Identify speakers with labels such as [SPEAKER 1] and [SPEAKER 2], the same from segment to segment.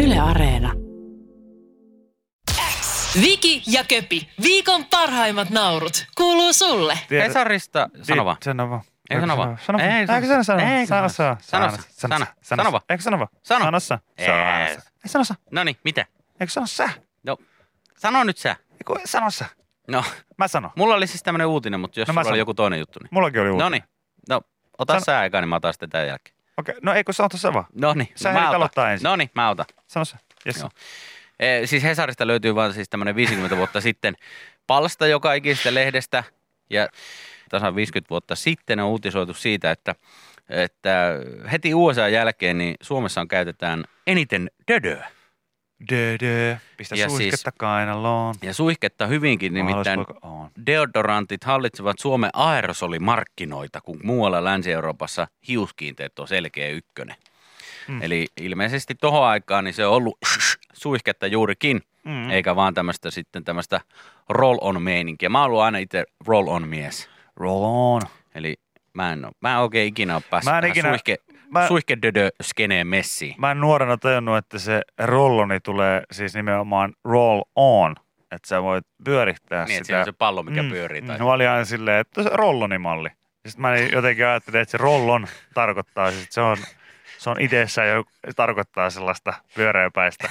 [SPEAKER 1] Yle Areena.
[SPEAKER 2] Viki ja Köpi, viikon parhaimmat naurut, kuuluu sulle.
[SPEAKER 3] Tiedät-
[SPEAKER 4] Pesarista, sano vaan.
[SPEAKER 3] Tiedät- Sano vaan.
[SPEAKER 4] Ei
[SPEAKER 3] Eikö
[SPEAKER 4] sano vaan.
[SPEAKER 3] Sano vaan.
[SPEAKER 4] Ei sano.
[SPEAKER 3] Eikö sano sano?
[SPEAKER 4] Ei
[SPEAKER 3] Sano
[SPEAKER 4] sano.
[SPEAKER 3] saa.
[SPEAKER 4] Sano saa. Sano. Sano vaan.
[SPEAKER 3] Eikö sano vaan?
[SPEAKER 4] Sano.
[SPEAKER 3] Sano saa.
[SPEAKER 4] Yes.
[SPEAKER 3] Sano saa. Ei sano saa.
[SPEAKER 4] No niin, mitä?
[SPEAKER 3] Eikö sano sä?
[SPEAKER 4] No, sano nyt sä.
[SPEAKER 3] Eiku, sano sä.
[SPEAKER 4] No,
[SPEAKER 3] Mä sanon.
[SPEAKER 4] mulla oli siis tämmönen uutinen, mutta jos
[SPEAKER 3] No
[SPEAKER 4] no,
[SPEAKER 3] mä
[SPEAKER 4] sulla
[SPEAKER 3] sanon.
[SPEAKER 4] oli joku toinen juttu, niin.
[SPEAKER 3] Mullakin oli uutinen.
[SPEAKER 4] No niin, no ota
[SPEAKER 3] Sano-
[SPEAKER 4] sano. sä eka, niin mä otan sitten tämän jälkeen.
[SPEAKER 3] Okei, no ei kun sano tuossa vaan.
[SPEAKER 4] No niin,
[SPEAKER 3] Sä ehdit
[SPEAKER 4] mä otan.
[SPEAKER 3] aloittaa ensin.
[SPEAKER 4] No niin, mä otan.
[SPEAKER 3] Sano sä. Yes.
[SPEAKER 4] Joo. Ee, siis Hesarista löytyy vaan siis tämmönen 50 vuotta sitten palsta joka ikistä lehdestä. Ja tasan 50 vuotta sitten on uutisoitu siitä, että, että heti USA jälkeen niin Suomessa on käytetään eniten dödöä.
[SPEAKER 3] Dö, dö. Pistä
[SPEAKER 4] Ja
[SPEAKER 3] suisketta
[SPEAKER 4] siis-
[SPEAKER 3] kainaloon.
[SPEAKER 4] Ja suihketta hyvinkin nimittäin.
[SPEAKER 3] Maalaispoika on.
[SPEAKER 4] deodorantit hallitsevat Suomen aerosolimarkkinoita, kun muualla Länsi-Euroopassa hiuskiinteet on selkeä ykkönen.
[SPEAKER 3] Mm.
[SPEAKER 4] Mm. Eli ilmeisesti tohon aikaan niin se on ollut suihketta juurikin,
[SPEAKER 3] Mm.
[SPEAKER 4] mm. eikä vaan tämmöistä sitten tämmöistä roll-on-meininkiä. Mä oon ollut aina itse roll-on-mies,
[SPEAKER 3] Roll on.
[SPEAKER 4] eli mä en, oo, mä en oikein ikinä ole päässyt
[SPEAKER 3] Mä en
[SPEAKER 4] tähän
[SPEAKER 3] ikinä-
[SPEAKER 4] suihke,
[SPEAKER 3] mä-
[SPEAKER 4] mä... suihkedödö-skeneen messiin.
[SPEAKER 3] Mä en nuorena tajunnut, että se rolloni tulee siis nimenomaan roll on. Että sä voit pyörittää
[SPEAKER 4] Niin, että
[SPEAKER 3] sitä.
[SPEAKER 4] siinä on se pallo, mikä mm. pyörii. Tai...
[SPEAKER 3] mm. Mä olin aina silleen, että se rollonimalli. Sitten mä niin jotenkin ajattelin, että se rollon tarkoittaa, siis, että se on, se on itsessään jo, se tarkoittaa sellaista pyöreäpäistä.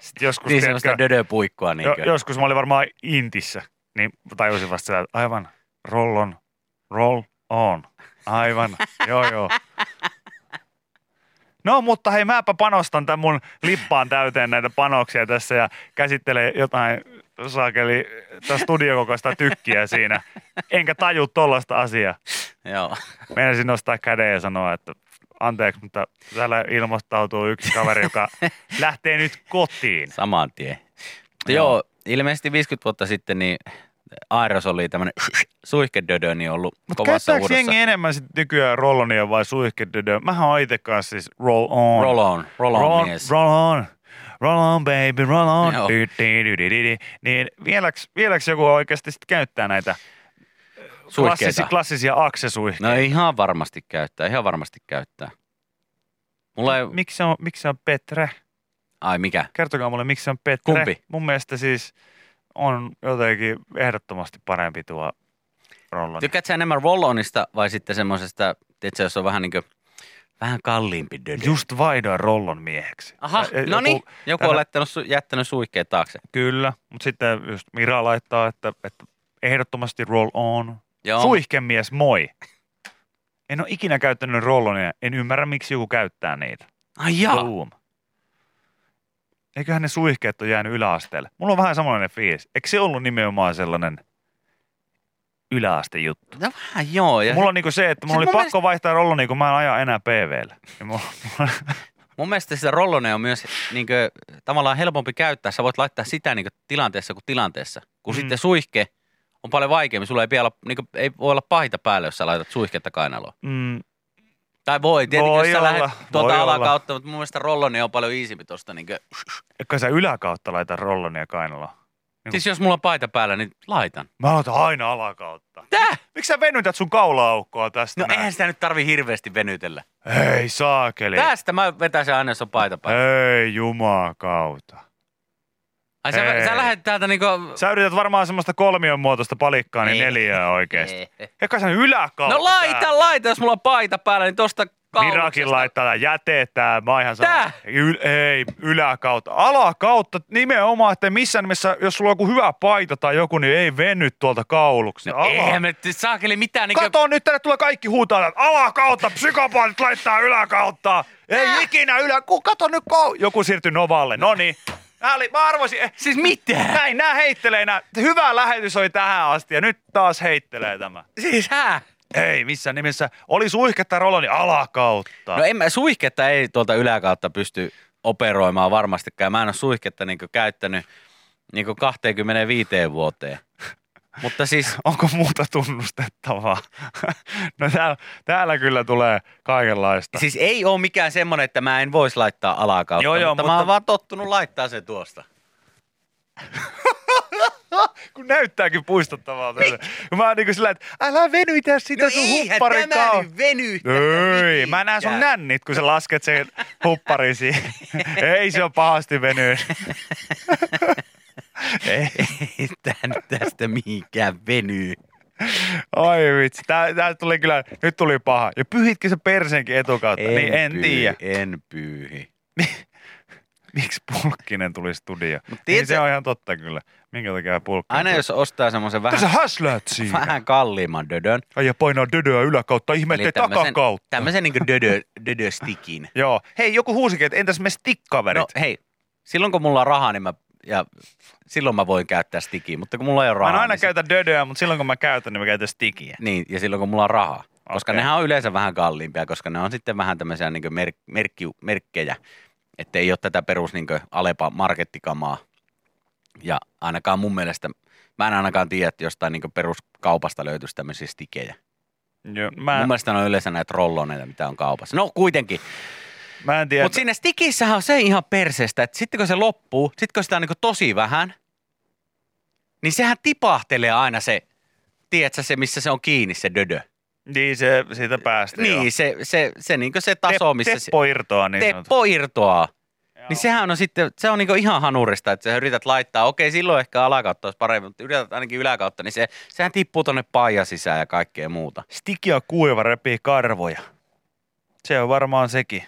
[SPEAKER 3] Sitten joskus,
[SPEAKER 4] Niin
[SPEAKER 3] tiedätkö,
[SPEAKER 4] semmoista dödöpuikkoa.
[SPEAKER 3] jo,
[SPEAKER 4] niinkö?
[SPEAKER 3] joskus mä olin varmaan Intissä, niin tajusin vasta sitä, että aivan rollon, roll on. Aivan, joo joo. No mutta hei, mäpä panostan tämän mun lippaan täyteen näitä panoksia tässä ja käsittelen jotain saakeli tästä studiokokoista tykkiä siinä. Enkä taju tollaista asiaa.
[SPEAKER 4] Joo.
[SPEAKER 3] Meinasin nostaa käden ja sanoa, että anteeksi, mutta täällä ilmoittautuu yksi kaveri, joka lähtee nyt kotiin.
[SPEAKER 4] Saman tien. Mutta joo. joo, ilmeisesti 50 vuotta sitten niin aerosoli, tämmöinen suihkedödö, niin on ollut
[SPEAKER 3] Mutta
[SPEAKER 4] kovassa
[SPEAKER 3] käyttääkö
[SPEAKER 4] uudessa.
[SPEAKER 3] jengi enemmän sitten nykyään rollonia vai suihkedödöä? Mähän oon itse kanssa siis roll on.
[SPEAKER 4] Roll on, roll on,
[SPEAKER 3] roll,
[SPEAKER 4] mies.
[SPEAKER 3] roll on. Roll on, baby, roll on.
[SPEAKER 4] Joo.
[SPEAKER 3] Di- di- di- di- di- di. Niin vieläks, vieläks joku oikeasti sitten käyttää näitä klassisia,
[SPEAKER 4] Suihkeita.
[SPEAKER 3] klassisia aksesuihkeita?
[SPEAKER 4] No ihan varmasti käyttää, ihan varmasti käyttää. Mulla ei,
[SPEAKER 3] Miksi se on, miksi se on Petre?
[SPEAKER 4] ai mikä?
[SPEAKER 3] Kertokaa mulle, miksi se on Petre.
[SPEAKER 4] Kumpi?
[SPEAKER 3] Mun mielestä siis on jotenkin ehdottomasti parempi tuo rolloni.
[SPEAKER 4] Tykkäätkö sä enemmän rollonista vai sitten semmoisesta, tiedätkö, jos on vähän niin kuin, vähän kalliimpi dödö?
[SPEAKER 3] Just vaihdoin rollon mieheksi.
[SPEAKER 4] Aha,
[SPEAKER 3] Ä- ä-
[SPEAKER 4] no niin,
[SPEAKER 3] joku-
[SPEAKER 4] joku
[SPEAKER 3] tänä-
[SPEAKER 4] on laittanut, su- jättänyt suihkeet taakse.
[SPEAKER 3] Kyllä, mutta sitten just Mira laittaa, että, että ehdottomasti roll on.
[SPEAKER 4] Joo.
[SPEAKER 3] Suihkemies, moi! En ole ikinä käyttänyt rollonia, en ymmärrä miksi joku käyttää niitä.
[SPEAKER 4] Ai jaa.
[SPEAKER 3] Boom. Eiköhän ne suihkeet ole jäänyt yläasteelle. Mulla on vähän samanlainen fiilis. Eikö se ollut nimenomaan sellainen yläastejuttu?
[SPEAKER 4] No vähän joo. Ja
[SPEAKER 3] Mulla on niinku se, että mulla
[SPEAKER 4] Siis
[SPEAKER 3] oli
[SPEAKER 4] mun
[SPEAKER 3] pakko vaihtaa rolloni, kun mä en aja enää PVllä. Ja mulla, mulla,
[SPEAKER 4] Mun mielestä sitä rollonia on myös niin kuin, tavallaan helpompi käyttää. Sä voit laittaa sitä niin kuin, tilanteessa kuin tilanteessa. Kun
[SPEAKER 3] Mm.
[SPEAKER 4] sitten suihke on paljon vaikeampi. Sulla ei, pidä olla, niin kuin, ei voi olla paita päällä, jos sä laitat suihketta kainaloon.
[SPEAKER 3] mm,
[SPEAKER 4] Tai voi, tietenkin
[SPEAKER 3] Voi
[SPEAKER 4] jos sä
[SPEAKER 3] olla,
[SPEAKER 4] lähdet
[SPEAKER 3] voi olla.
[SPEAKER 4] tuota alakautta, mutta mun mielestä rolloni on paljon iisimpi tosta. Niin kuin,
[SPEAKER 3] eikä sä yläkautta laita rollonia kainaloon.
[SPEAKER 4] siis jos mulla on paita päällä, niin laitan.
[SPEAKER 3] Mä aloitan aina alakautta.
[SPEAKER 4] Tää?
[SPEAKER 3] Miksi sä venytät sun kaula-aukkoa tästä
[SPEAKER 4] No
[SPEAKER 3] näin?
[SPEAKER 4] eihän sitä nyt tarvi hirveästi venytellä.
[SPEAKER 3] Hei saakeli.
[SPEAKER 4] Tästä mä vetäisin aina, jos on paita päällä.
[SPEAKER 3] Hei jumakauta.
[SPEAKER 4] Ai sä,
[SPEAKER 3] Ei.
[SPEAKER 4] sä lähdet täältä niinku...
[SPEAKER 3] Sä yrität varmaan semmoista kolmion muotoista palikkaa, niin
[SPEAKER 4] Ei.
[SPEAKER 3] neljää oikeasti. Eikä sen yläkautta.
[SPEAKER 4] No laita,
[SPEAKER 3] täällä.
[SPEAKER 4] laita, jos mulla on paita päällä, niin tosta
[SPEAKER 3] Mirakin laittaa tää jäteet tää. Mä oon ihan
[SPEAKER 4] Tää?
[SPEAKER 3] sama. Yl- ei, yläkautta. Alakautta nimenomaan, että missään nimessä, jos sulla on joku hyvä paita tai joku, niin ei venny tuolta kauluksi.
[SPEAKER 4] No eihän me nyt saakeli mitään niinku...
[SPEAKER 3] Kato, nyt tänne tulee kaikki huutaa, että alakautta, psykopaatit laittaa yläkautta. Ei
[SPEAKER 4] Äh.
[SPEAKER 3] ikinä ylä, kun kato nyt, kou... joku siirtyi Novalle, no niin. Nää oli, mä arvasin, eh,
[SPEAKER 4] Siis mitä?
[SPEAKER 3] näin, nää heittelee, nää. hyvä lähetys oli tähän asti ja nyt taas heittelee tämä.
[SPEAKER 4] Siis hää?
[SPEAKER 3] Ei missään nimessä, oli suihketta rolloni alakautta.
[SPEAKER 4] No en mä, suihketta ei tuolta yläkautta pysty operoimaan varmastikaan. Mä en ole suihketta niinku käyttänyt niinku 25 vuoteen. Mutta siis,
[SPEAKER 3] Onko muuta tunnustettavaa? no täällä, täällä kyllä tulee kaikenlaista.
[SPEAKER 4] siis ei ole mikään semmonen, että mä en voisi laittaa alakautta,
[SPEAKER 3] Joo,
[SPEAKER 4] joo,
[SPEAKER 3] joo,
[SPEAKER 4] joo, mutta, mä
[SPEAKER 3] mutta-
[SPEAKER 4] oon vaan tottunut laittaa se tuosta.
[SPEAKER 3] kun näyttääkin puistattavalta. Mä oon niinku sillä, että älä venytä sitä
[SPEAKER 4] Niin.
[SPEAKER 3] sun
[SPEAKER 4] No eihän
[SPEAKER 3] hupparin
[SPEAKER 4] tämä
[SPEAKER 3] kau-
[SPEAKER 4] nyt veny.
[SPEAKER 3] Ei, mä näen sun nännit, kun sä lasket sen hupparisi. Ei se on pahasti venynyt.
[SPEAKER 4] Ei tää nyt tästä mihinkään venyy.
[SPEAKER 3] Ai vitsi, tää, tää tuli kyllä, nyt tuli paha. Ja pyhitkö sä perseenkin etukautta? En niin en
[SPEAKER 4] pyyhi,
[SPEAKER 3] tiedä.
[SPEAKER 4] En pyyhi.
[SPEAKER 3] Miksi Pulkkinen tuli studio? Mut niin
[SPEAKER 4] tiedätkö-
[SPEAKER 3] se on ihan totta kyllä. Minkä takia Pulkkinen
[SPEAKER 4] Aina
[SPEAKER 3] tuli?
[SPEAKER 4] jos ostaa semmoisen vähän,
[SPEAKER 3] Tässä häsläät siinä.
[SPEAKER 4] vähän kalliimman dödön.
[SPEAKER 3] Ai ja painaa dödöä yläkautta, ihme ettei takakautta.
[SPEAKER 4] tämmöisen niin dödö, dödöstikin.
[SPEAKER 3] Joo. Hei, joku huusikin, että entäs me stikkaverit?
[SPEAKER 4] No hei, silloin kun mulla on rahaa, niin mä, ja silloin mä voin käyttää stikiä, mutta kun mulla ei ole
[SPEAKER 3] mä
[SPEAKER 4] rahaa,
[SPEAKER 3] en aina
[SPEAKER 4] niin, se-
[SPEAKER 3] käytä dödöä, mutta silloin kun mä käytän, niin mä käytän stikiä.
[SPEAKER 4] niin, ja silloin kun mulla on rahaa. Koska
[SPEAKER 3] Okei.
[SPEAKER 4] nehän on yleensä vähän kalliimpia, koska ne on sitten vähän tämmöisiä niin merk, merkki, merkkejä, että ei ole tätä perus niin Alepa markettikamaa. Ja ainakaan mun mielestä, mä en ainakaan tiedä, että jostain niin peruskaupasta löytyisi tämmöisiä stikejä.
[SPEAKER 3] Joo,
[SPEAKER 4] Mun
[SPEAKER 3] No, mä,
[SPEAKER 4] mielestä ne on yleensä näitä rolloneita, mitä on kaupassa. No kuitenkin,
[SPEAKER 3] mä en tiedä.
[SPEAKER 4] Mutta siinä stikissähän on se ihan perseestä, että sitten kun se loppuu, sitten kun sitä on niinku tosi vähän, niin sehän tipahtelee aina se, tiedätkö se, missä se on kiinni se dödö.
[SPEAKER 3] Niin se, siitä päästä
[SPEAKER 4] niin,
[SPEAKER 3] joo.
[SPEAKER 4] se, se, se, niinku se taso,
[SPEAKER 3] Tep-
[SPEAKER 4] missä se
[SPEAKER 3] Teppo irtoaa niin sanotusti.
[SPEAKER 4] teppo irtoaa.
[SPEAKER 3] Joo.
[SPEAKER 4] Niin sehän on sitten, se on niinku ihan hanurista, että sä yrität laittaa, okei silloin ehkä alakautta olisi parempi, mutta yrität ainakin yläkautta, niin se, sehän tippuu tonne paijan sisään ja kaikkea muuta.
[SPEAKER 3] Stiki on kuiva, repii karvoja. Se on varmaan sekin.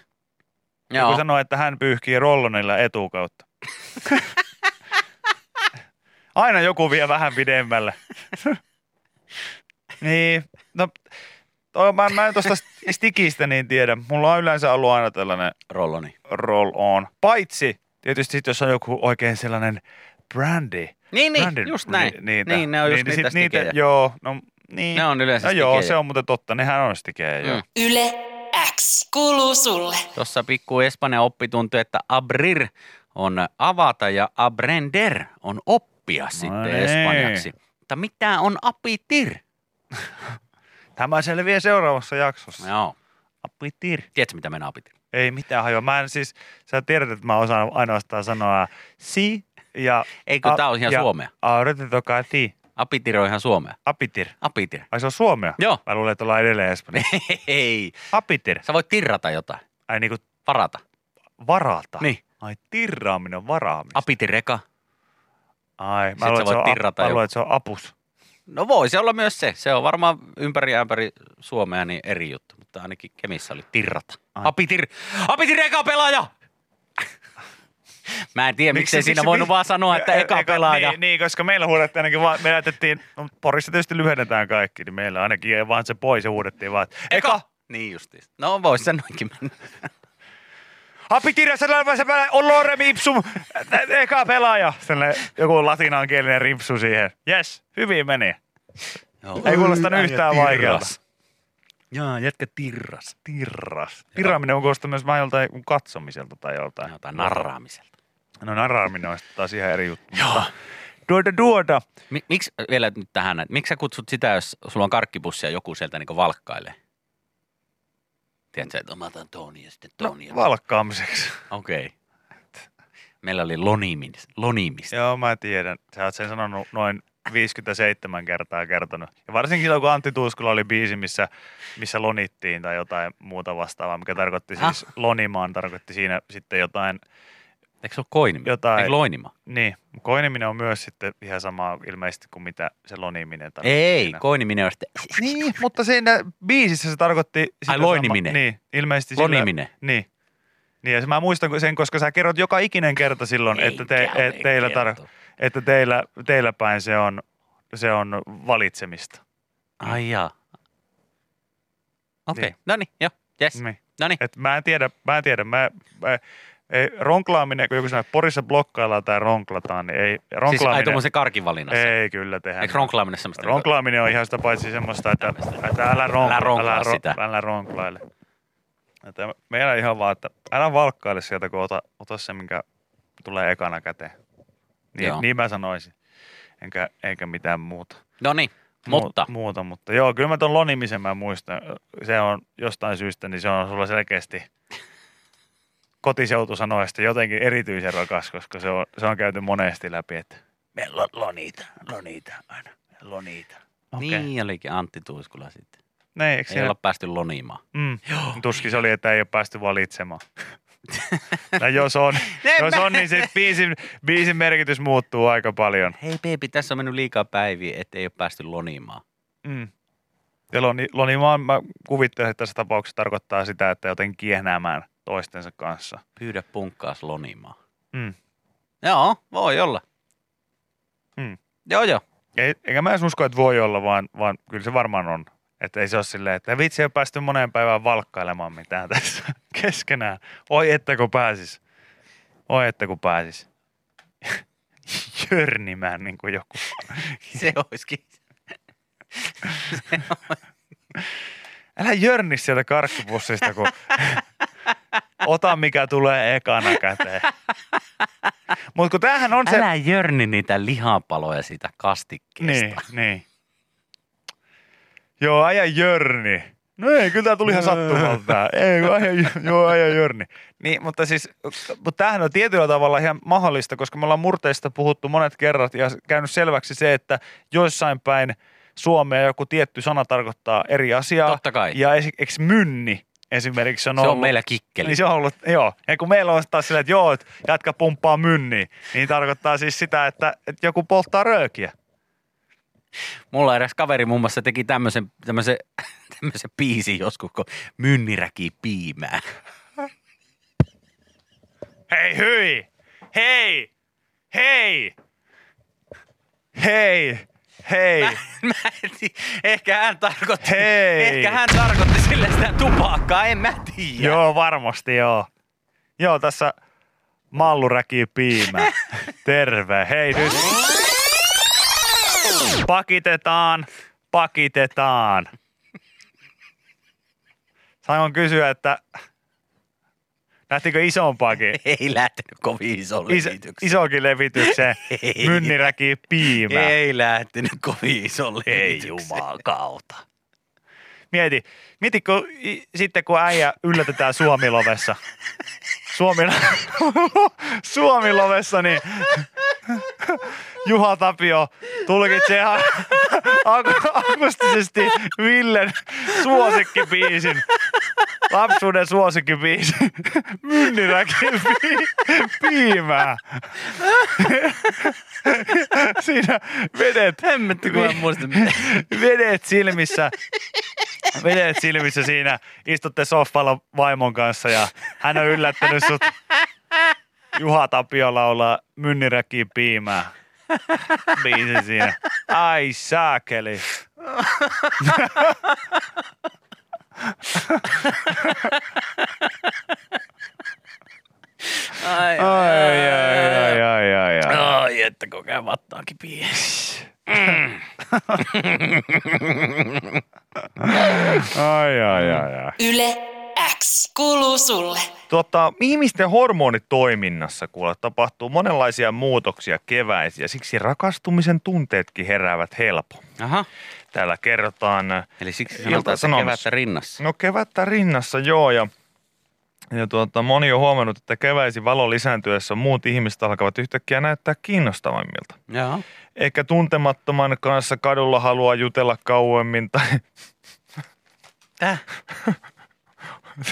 [SPEAKER 3] Joku sanoo, että hän pyyhkii rollonilla etukautta. Aina joku vie vähän pidemmälle. niin, no, toi, mä, mä en tuosta stikistä niin tiedä. Mulla on yleensä ollut aina tällainen
[SPEAKER 4] Rolloni.
[SPEAKER 3] roll on. Paitsi tietysti sit, jos on joku oikein sellainen brändi.
[SPEAKER 4] Niin, niin,
[SPEAKER 3] brändin
[SPEAKER 4] just näin.
[SPEAKER 3] ni-
[SPEAKER 4] Niitä. Niin, ne on just
[SPEAKER 3] niin
[SPEAKER 4] niitä,
[SPEAKER 3] sit niitä,
[SPEAKER 4] stikejä.
[SPEAKER 3] Joo, no niin.
[SPEAKER 4] Ne on yleensä
[SPEAKER 3] no joo,
[SPEAKER 4] stikejä.
[SPEAKER 3] se on muuten totta. Nehän on stikejä, joo.
[SPEAKER 4] Mm.
[SPEAKER 2] Yle X kuuluu sulle.
[SPEAKER 4] Tuossa pikku Espanjan oppitunti, että abrir on avata ja abrender on oppia sitten
[SPEAKER 3] niin.
[SPEAKER 4] espanjaksi. Mutta mitä on apitir?
[SPEAKER 3] Tämä selviää seuraavassa jaksossa.
[SPEAKER 4] Joo.
[SPEAKER 3] Apitir.
[SPEAKER 4] Tiedätkö, mitä mennään apitir?
[SPEAKER 3] Ei mitään hajoa. Mä en siis, sä tiedät, että mä osaan ainoastaan sanoa si ja...
[SPEAKER 4] Ei, kun tää on ihan
[SPEAKER 3] ja,
[SPEAKER 4] suomea.
[SPEAKER 3] A, tokaa ti.
[SPEAKER 4] Apitir on ihan suomea.
[SPEAKER 3] Apitir.
[SPEAKER 4] Apitir.
[SPEAKER 3] Ai se on suomea?
[SPEAKER 4] Joo. Niin.
[SPEAKER 3] Mä luulen, että ollaan edelleen espanja.
[SPEAKER 4] Ei.
[SPEAKER 3] Apitir.
[SPEAKER 4] Sä voit tirrata jotain.
[SPEAKER 3] Ai niinku
[SPEAKER 4] Varata.
[SPEAKER 3] varata.
[SPEAKER 4] Niin.
[SPEAKER 3] Ai tirraaminen on varaamista.
[SPEAKER 4] Apitireka.
[SPEAKER 3] Ai,
[SPEAKER 4] sä
[SPEAKER 3] mä luulen, että
[SPEAKER 4] voit
[SPEAKER 3] se on,
[SPEAKER 4] tirrata
[SPEAKER 3] ap- mä
[SPEAKER 4] jo.
[SPEAKER 3] luulen, että se on apus.
[SPEAKER 4] No voi se olla myös se. Se on varmaan ympäri ja ympäri Suomea niin eri juttu, mutta ainakin Kemissä oli tirrata.
[SPEAKER 3] Ai.
[SPEAKER 4] Apitir, Apitir eka pelaaja! Mä en tiedä, miksei siinä voinut vaan sanoa, että
[SPEAKER 3] e-
[SPEAKER 4] eka, pelaaja.
[SPEAKER 3] Niin, niin, koska meillä huudettiin ainakin vaan, me jätettiin, no, Porissa tietysti lyhennetään kaikki, niin meillä ainakin jäi vaan se pois ja huudettiin vaan, että eka, eka.
[SPEAKER 4] Niin justiin. No vois se noinkin mennä.
[SPEAKER 3] Apitira, olore ipsum, eka pelaaja. Sellainen joku latinankielinen rimpsu siihen. Yes, hyvin meni.
[SPEAKER 4] Joo.
[SPEAKER 3] Ei kuulostanut
[SPEAKER 4] Ai,
[SPEAKER 3] yhtään
[SPEAKER 4] tirras.
[SPEAKER 3] vaikealta.
[SPEAKER 4] Jaa, jätkä tirras.
[SPEAKER 3] Tirras. Tirraaminen on kuulostanut myös vähän joltain katsomiselta tai joltain.
[SPEAKER 4] Jotain narraamiselta.
[SPEAKER 3] No narraaminen on sitten taas ihan eri juttu.
[SPEAKER 4] Joo.
[SPEAKER 3] Duoda, duoda.
[SPEAKER 4] Mi- miksi vielä nyt tähän, että miksi sä kutsut sitä, jos sulla on karkkipussi ja joku sieltä niinku valkkailee? Tiedätkö, että mä otan Toni ja sitten
[SPEAKER 3] No,
[SPEAKER 4] Toni. ja-
[SPEAKER 3] valkkaamiseksi.
[SPEAKER 4] Okei. Okay. Meillä oli lonimin, lonimista.
[SPEAKER 3] Joo, mä tiedän. Sä oot sen sanonut noin 57 kertaa kertonut. Ja varsinkin silloin, kun Antti Tuuskula oli biisi, missä, missä lonittiin tai jotain muuta vastaavaa, mikä tarkoitti
[SPEAKER 4] Ah.
[SPEAKER 3] siis lonimaan, tarkoitti siinä sitten jotain
[SPEAKER 4] Eikö se ole koinima?
[SPEAKER 3] Jotain.
[SPEAKER 4] Eikö loinima?
[SPEAKER 3] Niin, koiniminen on myös sitten ihan sama ilmeisesti kuin mitä se loniminen tarkoittaa.
[SPEAKER 4] Ei,
[SPEAKER 3] siinä.
[SPEAKER 4] koiniminen on sitten
[SPEAKER 3] Niin, mutta siinä biisissä se tarkoitti... sitä samaa-
[SPEAKER 4] loiniminen.
[SPEAKER 3] Niin, ilmeisesti
[SPEAKER 4] Loniminen.
[SPEAKER 3] Sillä, niin. Niin, ja se- mä muistan sen, koska sä kerrot joka ikinen kerta silloin, että, te,
[SPEAKER 4] Eikä
[SPEAKER 3] et,
[SPEAKER 4] ole
[SPEAKER 3] teillä tar-
[SPEAKER 4] kertonut.
[SPEAKER 3] että teillä, teillä päin se on, se on valitsemista.
[SPEAKER 4] Ai jaa. Okei,
[SPEAKER 3] Niin.
[SPEAKER 4] okay. no niin, joo, yes.
[SPEAKER 3] Niin.
[SPEAKER 4] No niin,
[SPEAKER 3] Et mä en tiedä, mä en tiedä, mä, mä ei, ronklaaminen, kun joku sanoo, että Porissa blokkaillaan tai ronklataan, niin ei,
[SPEAKER 4] siis ai
[SPEAKER 3] ronklaaminen,
[SPEAKER 4] tuommoisen karkivalinnassa.
[SPEAKER 3] ei kyllä tehdä.
[SPEAKER 4] Eikö ronklaaminen semmoista?
[SPEAKER 3] Ronklaaminen on ihan sitä paitsi semmoista, että, että älä, ronkla,
[SPEAKER 4] Älä ronklaa
[SPEAKER 3] älä, ro-
[SPEAKER 4] sitä.
[SPEAKER 3] älä ronklaile. Että meillä on ihan vaan, että älä valkkaile sieltä, kun ota, ota se, minkä tulee ekana käteen. Niin,
[SPEAKER 4] Joo.
[SPEAKER 3] niin mä sanoisin. Enkä, enkä mitään muuta.
[SPEAKER 4] No niin,
[SPEAKER 3] Muu-
[SPEAKER 4] mutta
[SPEAKER 3] Muuta, mutta joo, kyllä mä ton lonimisen mä muistan. Se on jostain syystä, niin se on sulla selkeästi kotiseutusanoista jotenkin erityisen rakas, koska se on, se on käyty monesti läpi, että Me lo, lonita, lonita aina, lonita.
[SPEAKER 4] Okay. Niin olikin Antti Tuiskula sitten.
[SPEAKER 3] Niin, eikö
[SPEAKER 4] Ei
[SPEAKER 3] siellä?
[SPEAKER 4] olla päästy lonimaan.
[SPEAKER 3] Mm. Tuskin se oli, että ei ole päästy valitsemaan. tai jos on,
[SPEAKER 4] Ne
[SPEAKER 3] jos on niin se biisin, biisin merkitys muuttuu aika paljon.
[SPEAKER 4] Hei Peepi, tässä on mennyt liikaa päiviä, ettei ole päästy lonimaan.
[SPEAKER 3] Mm. Ja loni, lonimaan mä kuvittelen, että tässä tapauksessa tarkoittaa sitä, että joten kiehnäämään toistensa kanssa.
[SPEAKER 4] Pyydä punkkaas lonimaan.
[SPEAKER 3] Mm.
[SPEAKER 4] Joo, voi olla.
[SPEAKER 3] Mm.
[SPEAKER 4] Joo, joo.
[SPEAKER 3] Ei, eikä mä edes usko, että voi olla, vaan, vaan kyllä se varmaan on. Että ei se ole silleen, että vitsi ei ole päästy moneen päivään valkkailemaan mitään tässä keskenään. Oi että kun pääsis. Oi että kun pääsis. Jörnimään niin kuin joku.
[SPEAKER 4] Se olisikin.
[SPEAKER 3] Älä jörni sieltä karkkipussista, kun ota mikä tulee ekana käteen. Mutta kun tämähän on se...
[SPEAKER 4] Älä jörni niitä lihapaloja siitä kastikkeesta.
[SPEAKER 3] Niin, niin. Joo, aja Jörni. No ei, kyllä tää tuli ihan sattumalta tää. Ei, kun aja, Jö- joo, aja Jörni. Niin, mutta siis, mutta tämähän on tietyllä tavalla ihan mahdollista, koska me ollaan murteista puhuttu monet kerrat ja käynyt selväksi se, että joissain päin Suomea joku tietty sana tarkoittaa eri asiaa.
[SPEAKER 4] Totta kai.
[SPEAKER 3] Ja esi- eks mynni esimerkiksi on
[SPEAKER 4] se on
[SPEAKER 3] ollut,
[SPEAKER 4] meillä kikkeli.
[SPEAKER 3] niin se on ollut, joo. Ja kun meillä on taas silleen, että joo, että jatka pumppaa mynniä, niin tarkoittaa siis sitä, että, että joku polttaa röökiä.
[SPEAKER 4] Mulla eräs kaveri muun muassa teki tämmöisen, tämmöisen, tämmöisen biisin joskus, kun mynniräki piimää.
[SPEAKER 3] Hei hyi! Hei! Hei! Hei! Hei!
[SPEAKER 4] Mä en tii- ehkä hän tarkoitti,
[SPEAKER 3] Hei!
[SPEAKER 4] ehkä hän tarkoitti sille sitä tupakkaa, en mä tiedä.
[SPEAKER 3] Joo, varmasti joo. Joo, tässä Mallu räkii piimää. Terve, hei nyt. Pakitetaan, pakitetaan. Saanko kysyä, että lähtikö isompaakin,
[SPEAKER 4] Ei lähtenyt kovin isolle
[SPEAKER 3] iso,
[SPEAKER 4] levitykselle.
[SPEAKER 3] isokin levitykseen
[SPEAKER 4] Ei.
[SPEAKER 3] mynniräkii piimää?
[SPEAKER 4] Ei lähtenyt kovin isolle
[SPEAKER 3] Ei
[SPEAKER 4] jumakauta.
[SPEAKER 3] Mieti, mieti kun, i, sitten kun äijä yllätetään Suomilovessa. Suomi, Suomilovessa, niin Juha Tapio tulkitsee ihan ak- akustisesti Villen suosikkibiisin. Lapsuuden suosikkibiisi. Mynniräkin pi- piimää. Siinä vedet
[SPEAKER 4] Hemmetti, kun en muista.
[SPEAKER 3] vedet silmissä, vedet silmissä siinä istutte soffalla vaimon kanssa ja hän on yllättänyt sut Juha Tapio laulaa mynniräkiin piimää. Biisi siinä. Ai saakeli. Ai,
[SPEAKER 4] Ai,
[SPEAKER 3] ai, ai, ai, ai, ai.
[SPEAKER 4] Ai, että kokea vattaakin pieni.
[SPEAKER 3] ai, ai, ai, ai.
[SPEAKER 2] Yle X kuuluu sulle.
[SPEAKER 3] Tota,
[SPEAKER 1] Tuota, ihmisten hormonitoiminnassa kuule tapahtuu monenlaisia muutoksia keväisiä, siksi rakastumisen tunteetkin heräävät helpommin.
[SPEAKER 4] Aha,
[SPEAKER 1] Täällä kerrotaan,
[SPEAKER 4] eli siksi
[SPEAKER 1] Ilta
[SPEAKER 4] sanotaan, että
[SPEAKER 1] Sanomissa.
[SPEAKER 4] kevättä rinnassa.
[SPEAKER 1] no kevättä rinnassa joo ja, ja tuota, moni on huomannut, että keväisin valon lisääntyessä muut ihmiset alkavat yhtäkkiä näyttää kiinnostavammilta.
[SPEAKER 3] Mm.
[SPEAKER 4] Joo.
[SPEAKER 1] Ehkä tuntemattoman kanssa kadulla haluaa jutella kauemmin tai
[SPEAKER 4] Täh?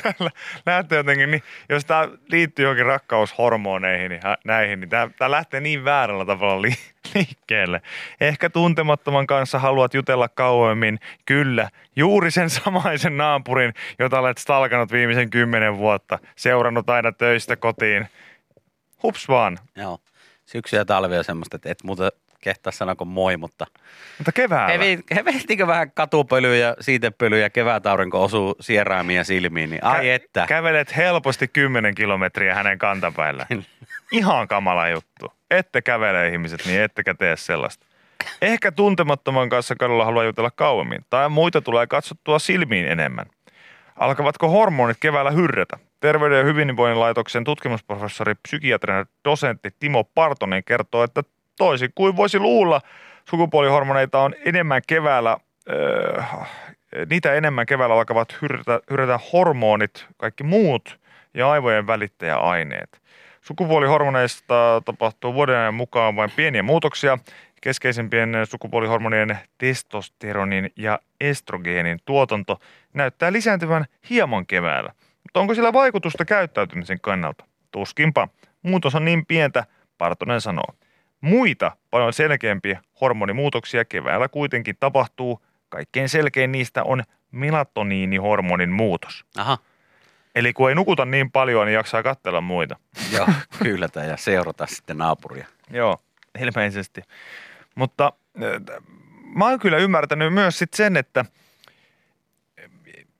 [SPEAKER 1] täällä lähtee jotenkin, niin, jos tämä liittyy johonkin rakkaushormoneihin niin hä- näihin, niin tämä lähtee niin väärällä tavalla li- liikkeelle. Ehkä tuntemattoman kanssa haluat jutella kauemmin, kyllä, juuri sen samaisen naapurin, jota olet stalkannut viimeisen kymmenen vuotta, seurannut aina töistä kotiin. Hups vaan,
[SPEAKER 4] Joo. Syksy ja talvi on semmoista, että et muuta kehtaa sanoa kuin moi, mutta
[SPEAKER 1] mutta keväällä.
[SPEAKER 4] Hevi- hevettikö vähän katupölyä, siitepölyä, kevätaurinko osuu sieraimia silmiin, niin ai
[SPEAKER 1] Kä-
[SPEAKER 4] että.
[SPEAKER 1] Kävelet helposti 10 kilometriä hänen kantapäillä. Ihan kamala juttu. Ette kävele ihmiset, niin ettekä tee sellaista. Ehkä tuntemattoman kanssa kadulla haluaa jutella kauemmin, tai muita tulee katsottua silmiin enemmän. Alkavatko hormonit keväällä hyrrätä? Terveyden ja hyvinvoinnin laitoksen tutkimusprofessori, psykiatrinen dosentti Timo Partonen kertoo, että toisin kuin voisi luulla, sukupuolihormoneita on enemmän keväällä, öö, niitä enemmän keväällä alkavat hyrrätä, hyrrätä hormonit, kaikki muut ja aivojen välittäjäaineet.
[SPEAKER 3] Sukupuolihormoneista tapahtuu vuoden ajan mukaan vain pieniä muutoksia. Keskeisimpien sukupuolihormonien testosteronin ja estrogeenin tuotanto näyttää lisääntyvän hieman keväällä. Mutta onko sillä vaikutusta käyttäytymisen kannalta? Tuskinpa. Muutos on niin pientä, Partonen sanoo. Muita paljon selkeämpiä hormonimuutoksia keväällä kuitenkin tapahtuu. Kaikkein selkein niistä on melatoniinihormonin muutos.
[SPEAKER 4] Aha,
[SPEAKER 3] Eli kun ei nukuta niin paljon, niin jaksaa katsella muita.
[SPEAKER 4] joo, kyylätä ja seurata sitten naapuria.
[SPEAKER 3] Joo, ilmeisesti. Mutta ö, t- mä oon kyllä ymmärtänyt myös sit sen, että äh,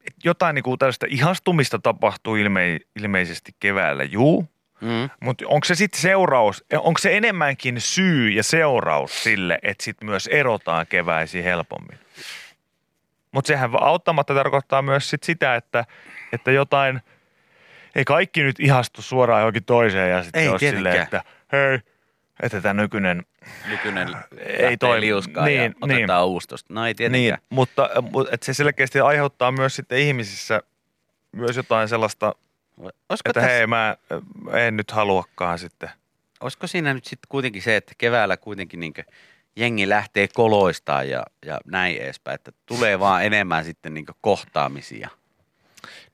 [SPEAKER 3] et jotain niinku tällaista ihastumista tapahtuu ilme- ilmeisesti keväällä, juu.
[SPEAKER 4] Mm.
[SPEAKER 3] Mutta onko se sitten seuraus, onko se enemmänkin syy ja seuraus sille, että sitten myös erotaan keväisi helpommin? Mutta sehän va- auttamatta tarkoittaa myös sit sitä, että, että jotain, ei kaikki nyt ihastu suoraan johonkin toiseen ja
[SPEAKER 4] Ei
[SPEAKER 3] sitten ole silleen, että
[SPEAKER 4] tietenkään.
[SPEAKER 3] hei, että tämä nykyinen
[SPEAKER 4] Nykyinen
[SPEAKER 3] Ei toimi.
[SPEAKER 4] liuskaa niin, ja
[SPEAKER 3] Niin,
[SPEAKER 4] otetaan niin. uustosta. No ei
[SPEAKER 3] Niin,
[SPEAKER 4] tietenkään.
[SPEAKER 3] mutta mut, et se selkeästi aiheuttaa myös sitten ihmisissä myös jotain sellaista,
[SPEAKER 4] Niin. Olisiko,
[SPEAKER 3] että
[SPEAKER 4] tässä,
[SPEAKER 3] hei mä en nyt haluakaan sitten.
[SPEAKER 4] olisiko siinä nyt sitten kuitenkin se, että keväällä kuitenkin niin jengi lähtee koloistaan ja, ja näin edespäin, että tulee vaan enemmän sitten niin kohtaamisia.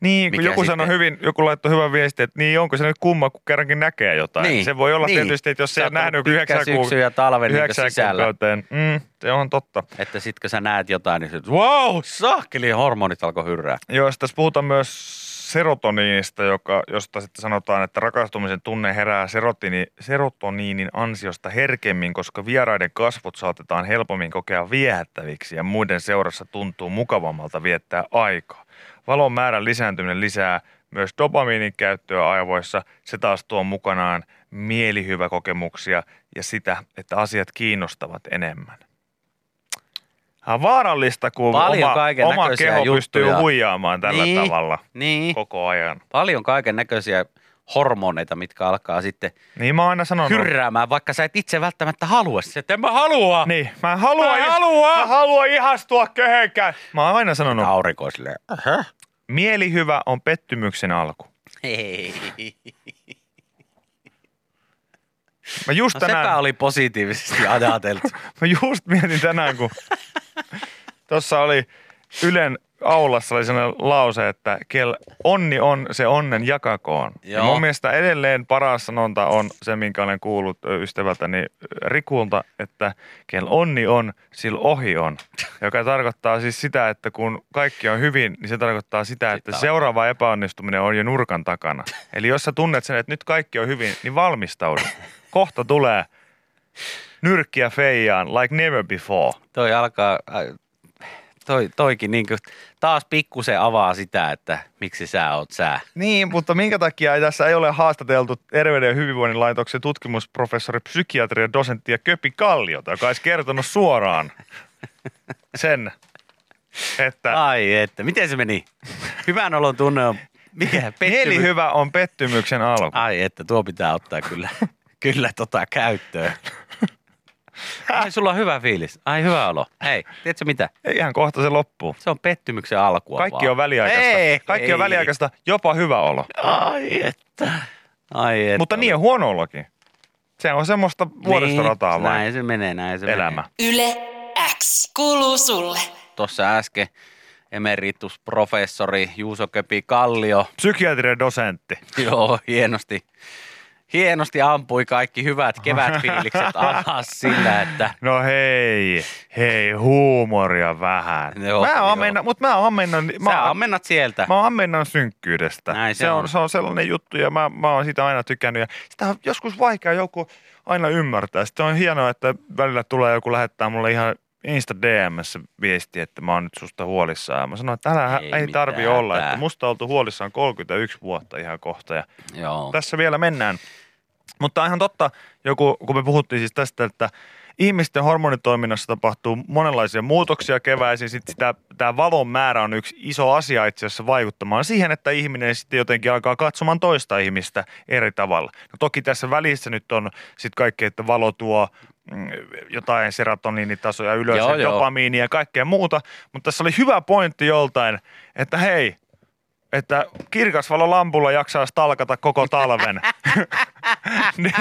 [SPEAKER 3] Niin, kun
[SPEAKER 4] Mikä
[SPEAKER 3] joku sanoi
[SPEAKER 4] sitten?
[SPEAKER 3] hyvin, joku laittoi hyvän viestin, että niin onko se nyt kumma, kun kerrankin näkee jotain.
[SPEAKER 4] Niin,
[SPEAKER 3] Se voi olla
[SPEAKER 4] niin.
[SPEAKER 3] tietysti, että jos
[SPEAKER 4] Sä
[SPEAKER 3] se ei
[SPEAKER 4] oot ollut
[SPEAKER 3] nähnyt
[SPEAKER 4] pitkän
[SPEAKER 3] yhdeksän, kuuk-
[SPEAKER 4] syksyn ja talven niin
[SPEAKER 3] yhdeksän
[SPEAKER 4] sisällä,
[SPEAKER 3] kuukauteen, mm, se on totta.
[SPEAKER 4] että sit kun sä näet jotain, niin sä oot, wow, sahkeli, hormonit alkoi hyrrää.
[SPEAKER 3] Joo, sitten tässä puhutaan myös serotoniinista, joka, josta sitten sanotaan, että rakastumisen tunne herää serotini, serotoniinin ansiosta herkemmin, koska vieraiden kasvot saatetaan helpommin kokea viehättäviksi ja muiden seurassa tuntuu mukavammalta viettää aikaa. Valon määrän lisääntyminen lisää myös dopamiinin käyttöä aivoissa. Se taas tuo mukanaan mielihyväkokemuksia ja sitä, että asiat kiinnostavat enemmän. Tämä on vaarallista, kun
[SPEAKER 4] Paljon
[SPEAKER 3] oma,
[SPEAKER 4] kaiken
[SPEAKER 3] oma
[SPEAKER 4] näköisiä
[SPEAKER 3] keho pystyy
[SPEAKER 4] juttuja.
[SPEAKER 3] huijaamaan tällä
[SPEAKER 4] Niin.
[SPEAKER 3] tavalla
[SPEAKER 4] Niin,
[SPEAKER 3] koko ajan.
[SPEAKER 4] paljon kaiken näköisiä hormoneita, mitkä alkaa sitten
[SPEAKER 3] Niin mä oon aina sanonut.
[SPEAKER 4] hyrräämään, vaikka sä et itse välttämättä halua sitä. Että en mä halua!
[SPEAKER 3] Niin, mä en halua,
[SPEAKER 4] Mä en halua. No.
[SPEAKER 3] mä haluan ihastua kehenkään. Mä oon aina sanonut,
[SPEAKER 4] Aurinko on silleen, "Ähä."
[SPEAKER 3] mielihyvä on pettymyksen alku.
[SPEAKER 4] Hei.
[SPEAKER 3] Mä just
[SPEAKER 4] No
[SPEAKER 3] tänään...
[SPEAKER 4] sepä oli positiivisesti ajateltu.
[SPEAKER 3] Mä just mietin tänään, kun tuossa oli Ylen aulassa oli sellainen lause, että kel onni on, se onnen jakakoon. Ja
[SPEAKER 4] Joo.
[SPEAKER 3] mun mielestä edelleen paras sanonta on se, minkä olen kuullut ö, ystävältäni ö, Rikulta, että kel onni on, sillä ohi on. Joka tarkoittaa siis sitä, että kun kaikki on hyvin, niin se tarkoittaa sitä, että
[SPEAKER 4] alkaa.
[SPEAKER 3] seuraava epäonnistuminen on jo nurkan takana. Eli jos sä tunnet sen, että nyt kaikki on hyvin, niin valmistaudu. Kohta tulee nyrkkiä feijaan like never before.
[SPEAKER 4] Toi alkaa, ai, toi, toikin niin kuin, taas pikkusen avaa sitä, että miksi sä oot sä.
[SPEAKER 3] Niin, mutta minkä takia ei tässä ei ole haastateltu Terveyden ja hyvinvoinnin laitoksen tutkimusprofessori, psykiatrian dosentti ja Köpi Kalliota, joka olisi kertonut suoraan sen, että
[SPEAKER 4] Ai että, miten se meni? Hyvän olon tunne on, mikä Ah.
[SPEAKER 3] mieli
[SPEAKER 4] pettymys.
[SPEAKER 3] hyvä on pettymyksen alku.
[SPEAKER 4] Ai että, tuo pitää ottaa kyllä, kyllä tota käyttöön. Ai sulla on hyvä fiilis. Ai hyvä olo. Hei, tiedätkö mitä?
[SPEAKER 3] Eihän kohta se loppuu.
[SPEAKER 4] Se on pettymyksen alkua
[SPEAKER 3] Kaikki
[SPEAKER 4] vaan.
[SPEAKER 3] on väliaikaista.
[SPEAKER 4] Ei,
[SPEAKER 3] Kaikki on
[SPEAKER 4] ei.
[SPEAKER 3] väliaikaista, jopa hyvä olo.
[SPEAKER 4] Ai että. Ai että.
[SPEAKER 3] Mutta niin on huono olokin. Se on semmoista vuodesta rataa vain
[SPEAKER 4] Niin, Näin se menee, näin se
[SPEAKER 3] elämä.
[SPEAKER 4] menee.
[SPEAKER 2] Yle X kuuluu sulle.
[SPEAKER 4] Tuossa äsken emeritusprofessori Juuso Köpi Kallio,
[SPEAKER 3] Psykiatrian dosentti.
[SPEAKER 4] joo, hienosti, hienosti ampui kaikki hyvät kevätfiilikset alas sillä, että
[SPEAKER 3] No hei, hei, huumoria vähän.
[SPEAKER 4] Joo,
[SPEAKER 3] mä
[SPEAKER 4] joo.
[SPEAKER 3] oon ammenna, mutta mä oon ammennan,
[SPEAKER 4] mä sä
[SPEAKER 3] mä, oon-
[SPEAKER 4] ammennat sieltä.
[SPEAKER 3] mä oon ammennan synkkyydestä.
[SPEAKER 4] Näin se
[SPEAKER 3] se,
[SPEAKER 4] on.
[SPEAKER 3] on, se on sellainen juttu ja mä, mä oon siitä aina tykännyt ja sitä on joskus vaikea joku aina ymmärtää. Sitten on hienoa, että välillä tulee joku lähettää mulle ihan Insta DMssä viesti, että mä oon nyt susta huolissaan. Ja Mä sanoin, että älä,
[SPEAKER 4] Ei
[SPEAKER 3] ei, ei tarvi
[SPEAKER 4] mitään
[SPEAKER 3] olla,
[SPEAKER 4] tää.
[SPEAKER 3] että musta on oltu huolissaan 31 vuotta ihan kohta ja
[SPEAKER 4] Joo.
[SPEAKER 3] tässä vielä mennään. Mutta ihan totta, joku, kun me puhuttiin siis tästä, että ihmisten hormonitoiminnassa tapahtuu monenlaisia muutoksia keväisin. Sitten sitä, tämä valon määrä on yksi iso asia itse asiassa vaikuttamaan siihen, että ihminen sitten jotenkin alkaa katsomaan toista ihmistä eri tavalla. No toki tässä välissä nyt on sitten kaikki, että valo tuo mm, jotain serotoniinitasoja ylös,
[SPEAKER 4] Joo,
[SPEAKER 3] joo,
[SPEAKER 4] joo.
[SPEAKER 3] dopamiinia ja kaikkea muuta. Mutta tässä oli hyvä pointti joltain, että hei,
[SPEAKER 1] että kirkasvalo lampulla jaksaa stalkata koko talven. niin,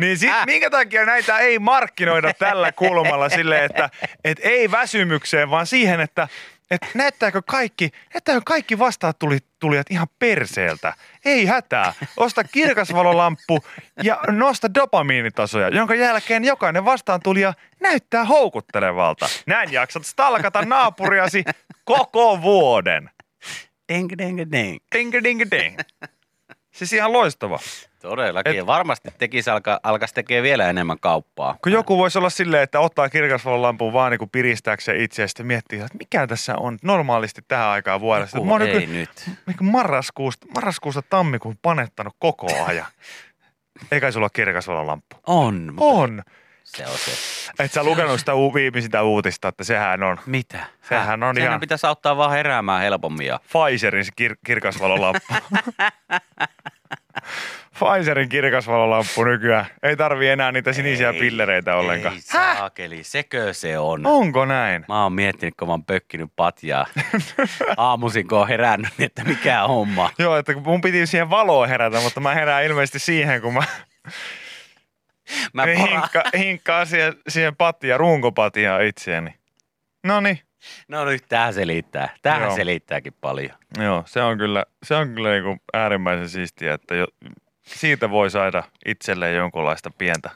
[SPEAKER 1] niin sit, minkä takia näitä ei markkinoida tällä kulmalla sille, että et ei väsymykseen, vaan siihen, että et näyttääkö kaikki, näyttääkö kaikki vastaan tuli, tulijat ihan perseeltä. Ei hätää. Osta kirkasvalolamppu ja nosta dopamiinitasoja, jonka jälkeen jokainen vastaan tulija näyttää houkuttelevalta. Näin jaksat stalkata naapuriasi koko vuoden.
[SPEAKER 4] Ding, ding, ding.
[SPEAKER 1] Ding, ding, ding. Siis ihan loistava.
[SPEAKER 4] Todellakin. Et... Varmasti tekisi alka, alkaisi tekee vielä enemmän kauppaa.
[SPEAKER 1] Kun joku voisi olla silleen, että ottaa kirkasvalolampun vaan niin kuin piristääkseen itse ja sitten miettii, että mikä tässä on normaalisti tähän aikaan vuodesta.
[SPEAKER 4] Joku
[SPEAKER 1] Mä oon
[SPEAKER 4] ei
[SPEAKER 1] nyky-
[SPEAKER 4] nyt.
[SPEAKER 1] niin kuin marraskuusta, marraskuusta tammikuun panettanut koko ajan. Eikä sulla ole kirkasvalolamppu.
[SPEAKER 4] On, mutta
[SPEAKER 1] On.
[SPEAKER 4] se on se.
[SPEAKER 1] Et sä lukenut sitä u- viimeisintä uutista, että sehän on
[SPEAKER 4] Mitä?
[SPEAKER 1] Sehän on
[SPEAKER 4] Sehän
[SPEAKER 1] ihan-
[SPEAKER 4] pitäisi auttaa vaan heräämään helpommin ja
[SPEAKER 1] Pfizerin se kir- kirkasvalolamppu. Pfizerin kirkasvalolamppu nykyään. Ei tarvi enää niitä sinisiä
[SPEAKER 4] Ei,
[SPEAKER 1] pillereitä ollenkaan.
[SPEAKER 4] Ei saakeli, sekö se on?
[SPEAKER 1] Onko näin?
[SPEAKER 4] Mä oon miettinyt, kun mä oon pökkinyt patjaa aamuisin, kun oon herännyt, niin että mikä homma.
[SPEAKER 1] Joo, että kun mun piti siihen valoon herätä, mutta mä herään ilmeisesti siihen, kun mä,
[SPEAKER 4] Mä pora...
[SPEAKER 1] hinkka, hinkkaan siihen, siihen patja, runkopatiaan itseäni. No niin,
[SPEAKER 4] No nyt tää selittää. Tämähän
[SPEAKER 1] Joo.
[SPEAKER 4] selittääkin paljon.
[SPEAKER 1] joo, se on kyllä, se on kyllä niinku äärimmäisen siistiä, että jo, siitä voi saada itselleen jonkunlaista pientä,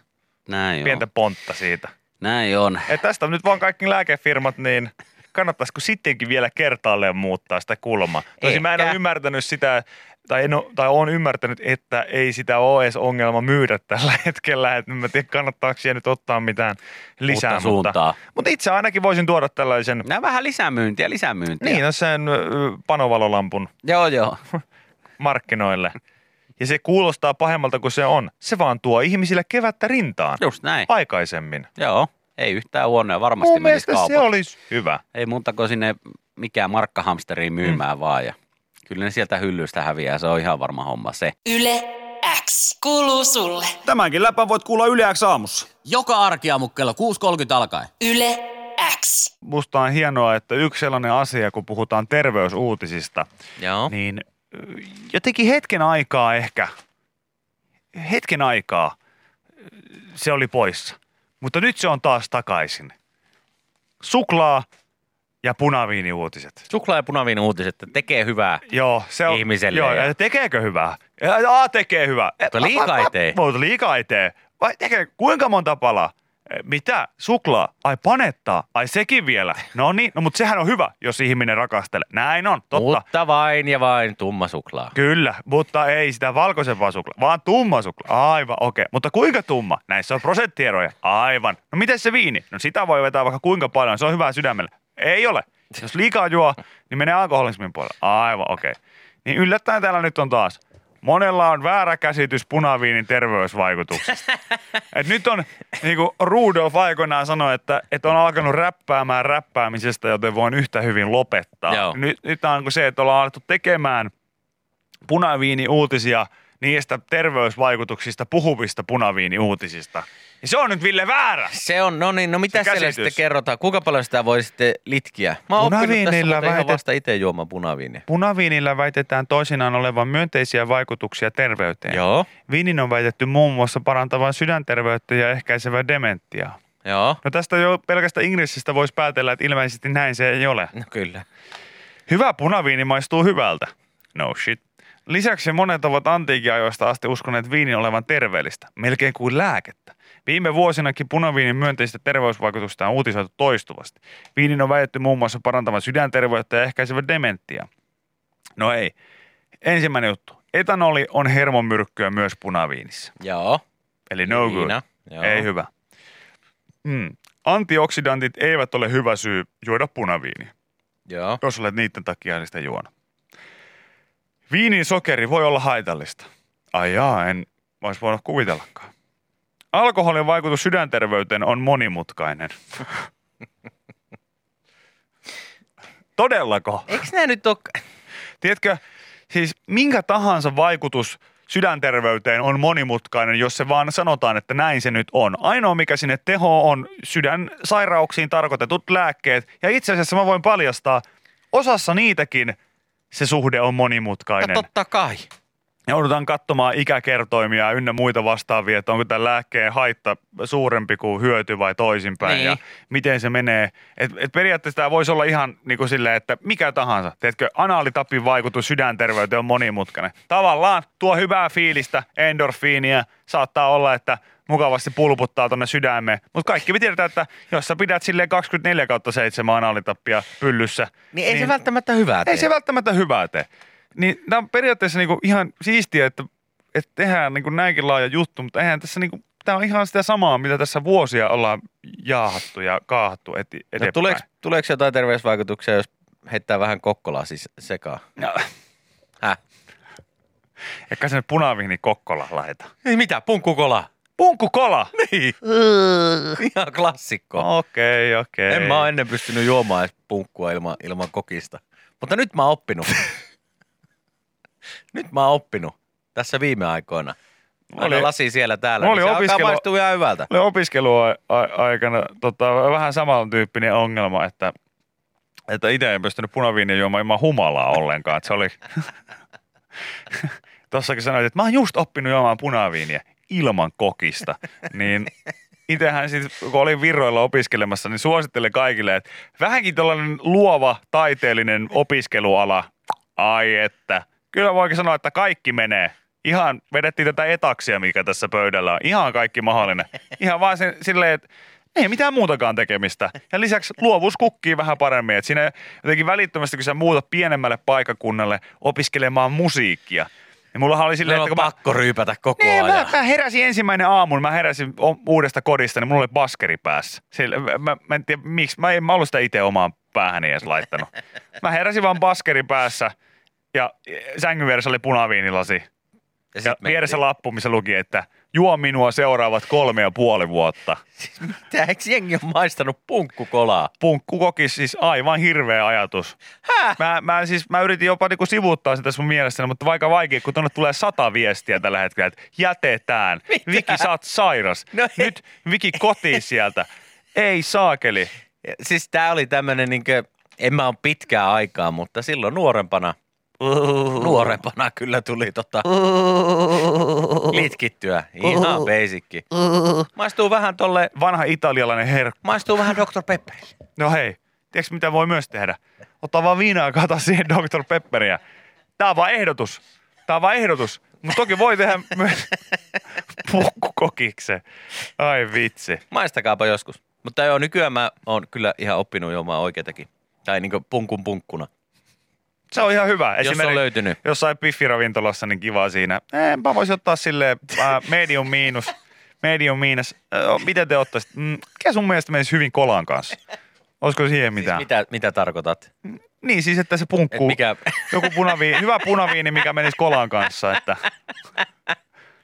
[SPEAKER 4] Näin
[SPEAKER 1] pientä
[SPEAKER 4] on.
[SPEAKER 1] pontta siitä.
[SPEAKER 4] Näin on.
[SPEAKER 1] Et tästä on nyt vaan kaikki lääkefirmat, niin kannattaisiko sittenkin vielä kertaalleen muuttaa sitä kulmaa? Tosin mä en
[SPEAKER 4] Ehkä.
[SPEAKER 1] ole ymmärtänyt sitä, tai, en oo, tai olen ymmärtänyt, että ei sitä ole edes ongelma myydä tällä hetkellä. Et en mä tiedä, kannattaako siihen nyt ottaa mitään lisää.
[SPEAKER 4] Uutta suuntaa. Mm,
[SPEAKER 1] Mutta, mutta itse ainakin voisin tuoda tällaisen,
[SPEAKER 4] Nää vähän lisämyyntiä, lisämyyntiä.
[SPEAKER 1] niin no sen ö, panovalolampun
[SPEAKER 4] Joo, joo.
[SPEAKER 1] markkinoille. Ja se kuulostaa pahemmalta kuin se on. Se vaan tuo ihmisille kevättä rintaan
[SPEAKER 4] Just näin.
[SPEAKER 1] aikaisemmin.
[SPEAKER 4] Joo. Ei yhtään huonoa. Varmasti
[SPEAKER 1] Mun
[SPEAKER 4] menisi
[SPEAKER 1] mielestä se
[SPEAKER 4] kaupaksi.
[SPEAKER 1] olisi hyvä.
[SPEAKER 4] Ei muuta kuin sinne mikään markkahamsteriin myymään vaan. Ja kyllä ne sieltä hyllystä häviää. Se on ihan varma homma se.
[SPEAKER 2] Yle X. Kuuluu sulle.
[SPEAKER 5] Tämänkin läpän voit kuulla yleäksi aamussa.
[SPEAKER 6] Joka arkiaamu kello 6.30 alkaen.
[SPEAKER 2] Yle X.
[SPEAKER 3] Musta on hienoa, että yksi sellainen asia, kun puhutaan terveysuutisista,
[SPEAKER 5] No.
[SPEAKER 4] Joo.
[SPEAKER 3] niin ö, jotenkin hetken aikaa ehkä, hetken aikaa ö, se oli poissa. Mutta nyt se on taas takaisin. Suklaa ja punaviiniuutiset.
[SPEAKER 4] Suklaa ja punavin uutiset että tekee hyvää.
[SPEAKER 3] Joo, se on,
[SPEAKER 4] Ihmiselle
[SPEAKER 3] Joo,
[SPEAKER 4] ja-
[SPEAKER 3] ja tekeekö hyvää? Ja, a, tekee hyvää.
[SPEAKER 4] Mutta liikaa ei tee.
[SPEAKER 3] Mutta liikaa ei tee. Vai tekee, kuinka monta palaa? Eh, Mitä? Suklaa? Ai panettaa? Ai sekin vielä? No niin, no mutta sehän on hyvä, jos ihminen rakastelee. Näin on, totta.
[SPEAKER 4] Mutta vain ja vain tumma suklaa.
[SPEAKER 3] Kyllä, mutta ei sitä valkoisen vaan suklaa, vaan tumma suklaa. Aivan, okei. Mutta kuinka tumma? Näissä on prosenttieroja. Aivan. No miten se viini? No sitä voi vetää vaikka kuinka paljon, se on hyvää sydämellä. Ei ole. Jos liikaa juo, niin menee alkoholismin puolelle. Aivan, okei. Niin yllättäen täällä nyt on taas. Monella on väärä käsitys punaviinin terveysvaikutuksista. Et nyt on, niin kuin Rudolf aikoinaan sanoi, että, että on alkanut räppäämään räppäämisestä, joten voin yhtä hyvin lopettaa.
[SPEAKER 4] Joo.
[SPEAKER 3] Nyt, nyt on kuin se, että ollaan alettu tekemään – punaviiniuutisia niistä terveysvaikutuksista puhuvista punaviiniuutisista. Ja se on nyt Ville väärä.
[SPEAKER 4] Se on, no niin, no mitä
[SPEAKER 3] Se
[SPEAKER 4] siellä
[SPEAKER 3] käsitys.
[SPEAKER 4] sitten kerrotaan? Kuinka paljon sitä voi sitten litkiä? Mä oon oppinut tässä
[SPEAKER 3] Punaviinillä
[SPEAKER 4] muuten ihan
[SPEAKER 3] väitet-
[SPEAKER 4] vasta itse juomaan punaviiniä.
[SPEAKER 3] Punaviinillä väitetään toisinaan olevan myönteisiä vaikutuksia terveyteen.
[SPEAKER 4] Joo,
[SPEAKER 3] Viinin on väitetty muun muassa parantavan sydänterveyttä ja ehkäisevän dementiaa.
[SPEAKER 4] joo,
[SPEAKER 3] No tästä jo pelkästä ingressistä voisi päätellä, että ilmeisesti näin se ei ole.
[SPEAKER 4] no kyllä.
[SPEAKER 3] Hyvä punaviini maistuu hyvältä. No shit. Lisäksi monet ovat antiikin ajoista asti uskoneet viinin olevan terveellistä, melkein kuin lääkettä. Viime vuosinakin punaviinin myönteistä terveysvaikutusta on uutisoitu toistuvasti. Viinin on väitetty muun muassa parantavan sydänterveyttä ja ehkäisevän dementtiä. No ei. Ensimmäinen juttu. Etanoli on hermomyrkkyä myös punaviinissä.
[SPEAKER 4] Joo.
[SPEAKER 3] Eli no good.
[SPEAKER 4] Viina, Joo.
[SPEAKER 3] Ei hyvä. Mm. Antioksidantit eivät ole hyvä syy juoda punaviiniä
[SPEAKER 4] Joo.
[SPEAKER 3] jos olet niiden takia niistä juona. Viinin sokeri voi olla haitallista. Ai jaa, en olisi voinut kuvitellakaan. Alkoholin vaikutus sydänterveyteen on monimutkainen. Todellako?
[SPEAKER 4] Eikö nää nyt ole...
[SPEAKER 3] Tiedätkö, siis minkä tahansa vaikutus sydänterveyteen on monimutkainen, jos se vaan sanotaan, että näin se nyt on. Ainoa mikä sinne teho on sydänsairauksiin tarkoitetut lääkkeet. Ja itse asiassa mä voin paljastaa, osassa niitäkin se suhde on monimutkainen.
[SPEAKER 4] Ja totta kai.
[SPEAKER 3] Joudutaan katsomaan ikäkertoimia ynnä muita vastaavia, että onko tämän lääkkeen haitta suurempi kuin hyöty vai toisinpäin
[SPEAKER 4] Niin.
[SPEAKER 3] ja miten se menee. Et, et periaatteessa tämä voisi olla ihan niin kuin silleen, että mikä tahansa. Tiedätkö, anaalitapin vaikutus sydänterveyteen on monimutkainen. Tavallaan tuo hyvää fiilistä, endorfiinia, saattaa olla, että mukavasti pulputtaa tonne sydämeen. Mutta kaikki me tiedetään, että jos sä pidät silleen 24 kautta 7 anaalitapia pyllyssä,
[SPEAKER 4] Niin ei niin. se välttämättä hyvää tee.
[SPEAKER 3] ei se välttämättä hyvää tee. Niin nämä on periaatteessa niinku ihan siistiä, että, että tehdään niinku näinkin laaja juttu, mutta eihän tässä niinku, tämä on ihan sitä samaa, mitä tässä vuosia ollaan jaahattu ja kaahattu et, eteenpäin.
[SPEAKER 4] no, tuleeko, tuleeko jotain terveysvaikutuksia, jos heittää vähän kokkolaa siis sekaan?
[SPEAKER 3] No,
[SPEAKER 4] Häh?
[SPEAKER 3] eikä sen punavihni kokkola laita.
[SPEAKER 4] Ei mitään, punkkukola.
[SPEAKER 3] Punkkukola! Niin.
[SPEAKER 4] Ihan klassikko.
[SPEAKER 3] Okei, okei.
[SPEAKER 4] En mä ole ennen pystynyt juomaan edes punkkua ilman, ilman kokista. Mutta nyt mä oon oppinut. nyt mä oon oppinut tässä viime aikoina. Aina
[SPEAKER 3] Oli-
[SPEAKER 4] oli, lasi siellä täällä.
[SPEAKER 3] mulla
[SPEAKER 4] Niin
[SPEAKER 3] oli
[SPEAKER 4] se alkaa
[SPEAKER 3] opiskelu-
[SPEAKER 4] maistua ihan hyvältä.
[SPEAKER 3] Oli opiskeluaikana tota, vähän samantyyppinen ongelma, että, että itse en pystynyt punaviiniä juomaan ilman humalaa ollenkaan. Että se oli... Tossakin sanoit, että mä oon just oppinut juomaan punaviiniä ilman kokista. Niin itsehän sitten, kun olin virroilla opiskelemassa, niin suosittelen kaikille, että vähänkin tällainen luova, taiteellinen opiskeluala, ai että. Kyllä voikin sanoa, että kaikki menee. Ihan vedettiin tätä etaksia, mikä tässä pöydällä on. Ihan kaikki mahdollinen. Ihan vaan sen, silleen, että ei mitään muutakaan tekemistä. Ja lisäksi luovuus kukkii vähän paremmin. Et siinä jotenkin välittömästi, kun sä muutat pienemmälle paikakunnalle opiskelemaan musiikkia. Ja mullahan oli silleen,
[SPEAKER 4] Meillä on
[SPEAKER 3] että kun mä-
[SPEAKER 4] pakko ryypätä koko
[SPEAKER 3] niin,
[SPEAKER 4] ajan.
[SPEAKER 3] mä, mä heräsin ensimmäinen aamun, mä heräsin o- uudesta kodista, niin mulla oli baskeri päässä. Sillä, mä- mä, mä en tiedä miksi, mä en mä ollut sitä itse omaan päähäni edes laittanut. Mä heräsin vaan baskeri päässä ja sängyn vieressä oli punaviinilasi.
[SPEAKER 4] Ja sit
[SPEAKER 3] Ja
[SPEAKER 4] mentiin.
[SPEAKER 3] vieressä lappu, missä luki, että juo minua seuraavat kolme ja puoli vuotta.
[SPEAKER 4] Tää, eikö jengi on maistanut punkkukolaa?
[SPEAKER 3] Punkku koki siis aivan hirveä ajatus. Häh? Mä, mä, siis, mä yritin jopa niinku sivuuttaa sitä sun mielestäni, mutta aika vaikea, kun tuonne tulee sata viestiä tällä hetkellä, että jätetään. Mitä? Viki, sä oot sairas.
[SPEAKER 4] No ei.
[SPEAKER 3] Nyt Viki kotiin sieltä. Ei saakeli.
[SPEAKER 4] Ja Siis tää oli tämmönen niinkö, en mä oo pitkää aikaa, mutta silloin nuorempana, nuorempana kyllä tuli tota litkittyä. Ihan beisikki. Maistuu vähän tolle,
[SPEAKER 3] Vanha italialainen herkku.
[SPEAKER 4] maistuu vähän Dr. Pepperille.
[SPEAKER 3] No hei, tiedätkö mitä voi myös tehdä? Ottaa vaan viinaa ja kata siihen Dr. Pepperiä. Tää on vaan ehdotus. Tää on vaan ehdotus. Mutta toki voi tehdä myös pukkukokiksen. Ai vitsi.
[SPEAKER 4] Maistakaapa joskus. Mutta joo, nykyään mä oon kyllä ihan oppinut juomaan oikeatakin. Tai niinku punkun punkkuna.
[SPEAKER 3] Se on ihan hyvä.
[SPEAKER 4] Jos on löytynyt.
[SPEAKER 3] jossain piffiravintolassa, niin kiva siinä. Eh, Mä voisin ottaa sille äh, medium miinus. Medium miinus. Äh, miten te ottaisitte? Mm, mikä sun mielestä menisi hyvin kolan kanssa? Olisiko siihen mitään?
[SPEAKER 4] Siis Mitä, mitä tarkoitat?
[SPEAKER 3] Niin siis, että se
[SPEAKER 4] Et
[SPEAKER 3] punkkuu.
[SPEAKER 4] mikä,
[SPEAKER 3] Joku punaviini, hyvä punaviini, mikä menisi kolan kanssa. Että.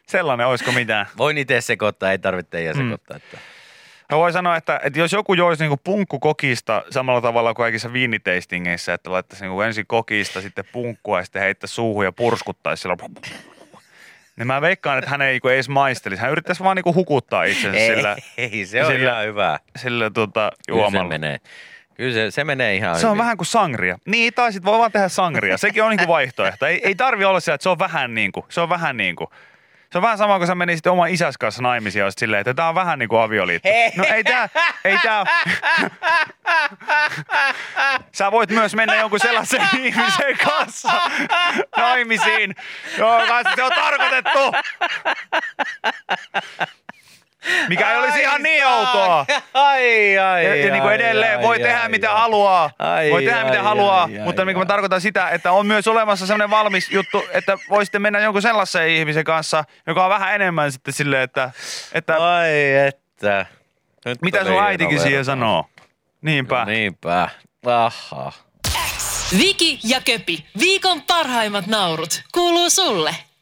[SPEAKER 3] Sellainen, olisiko mitään?
[SPEAKER 4] voin itse sekoittaa, ei tarvitse
[SPEAKER 3] Mm.
[SPEAKER 4] teidän sekoittaa. Että.
[SPEAKER 3] Mä voin sanoa, että, että jos joku joisi niinku punkkukokista samalla tavalla kuin kaikissa viiniteistingeissä, että laittaisi niinku ensin kokista, sitten punkkua ja sitten heittäisi suuhun ja purskuttaisi sillä. Niin mä veikkaan, että hän ei niinku edes maistelisi. Hän yrittäisi vaan niinku hukuttaa itsensä
[SPEAKER 4] Ei,
[SPEAKER 3] sillä,
[SPEAKER 4] ei, se on
[SPEAKER 3] sillä-
[SPEAKER 4] sillä, ihan hyvä.
[SPEAKER 3] sillä tota,
[SPEAKER 4] Kyllä se
[SPEAKER 3] juomalla.
[SPEAKER 4] menee. Kyllä se, se menee ihan
[SPEAKER 3] Se on
[SPEAKER 4] hyvin.
[SPEAKER 3] vähän kuin sangria. Niin, tai sitten voi vaan tehdä sangria. Sekin on niinku vaihtoehto. Ei, ei tarvi olla se, että se on vähän niin kuin. Se on vähän niin kuin. Se on vähän sama kuin sä menisit oman isäs kanssa naimisiin ja olisit silleen, että tää on vähän niin kuin avioliitto. No ei tää, ei tää. Sä voit myös mennä jonkun sellaisen ihmisen kanssa naimisiin, jonka kanssa se on tarkoitettu. Mikä ei olisi ihan niin outoa.
[SPEAKER 4] Ai, ai,
[SPEAKER 3] Ja, ja niin kuin
[SPEAKER 4] ai,
[SPEAKER 3] edelleen
[SPEAKER 4] ai,
[SPEAKER 3] voi
[SPEAKER 4] ai,
[SPEAKER 3] tehdä
[SPEAKER 4] ai,
[SPEAKER 3] mitä
[SPEAKER 4] ai.
[SPEAKER 3] haluaa,
[SPEAKER 4] Ai,
[SPEAKER 3] voi tehdä
[SPEAKER 4] ai,
[SPEAKER 3] mitä
[SPEAKER 4] ai,
[SPEAKER 3] haluaa,
[SPEAKER 4] ai,
[SPEAKER 3] mutta
[SPEAKER 4] ai,
[SPEAKER 3] niin
[SPEAKER 4] ai.
[SPEAKER 3] mä tarkoitan sitä, että on myös olemassa sellainen valmis juttu, että voisitte mennä jonkun sellaisen ihmisen kanssa, joka on vähän enemmän sitten silleen, että, että
[SPEAKER 4] Ai että. Nyt
[SPEAKER 3] mitä
[SPEAKER 4] tuli
[SPEAKER 3] sun
[SPEAKER 4] hieno
[SPEAKER 3] äitikin siihen
[SPEAKER 4] vertaus.
[SPEAKER 3] sanoo. Niinpä.
[SPEAKER 4] No niinpä. Aha.
[SPEAKER 2] Viki ja Köpi, viikon parhaimmat naurut, kuuluu sulle.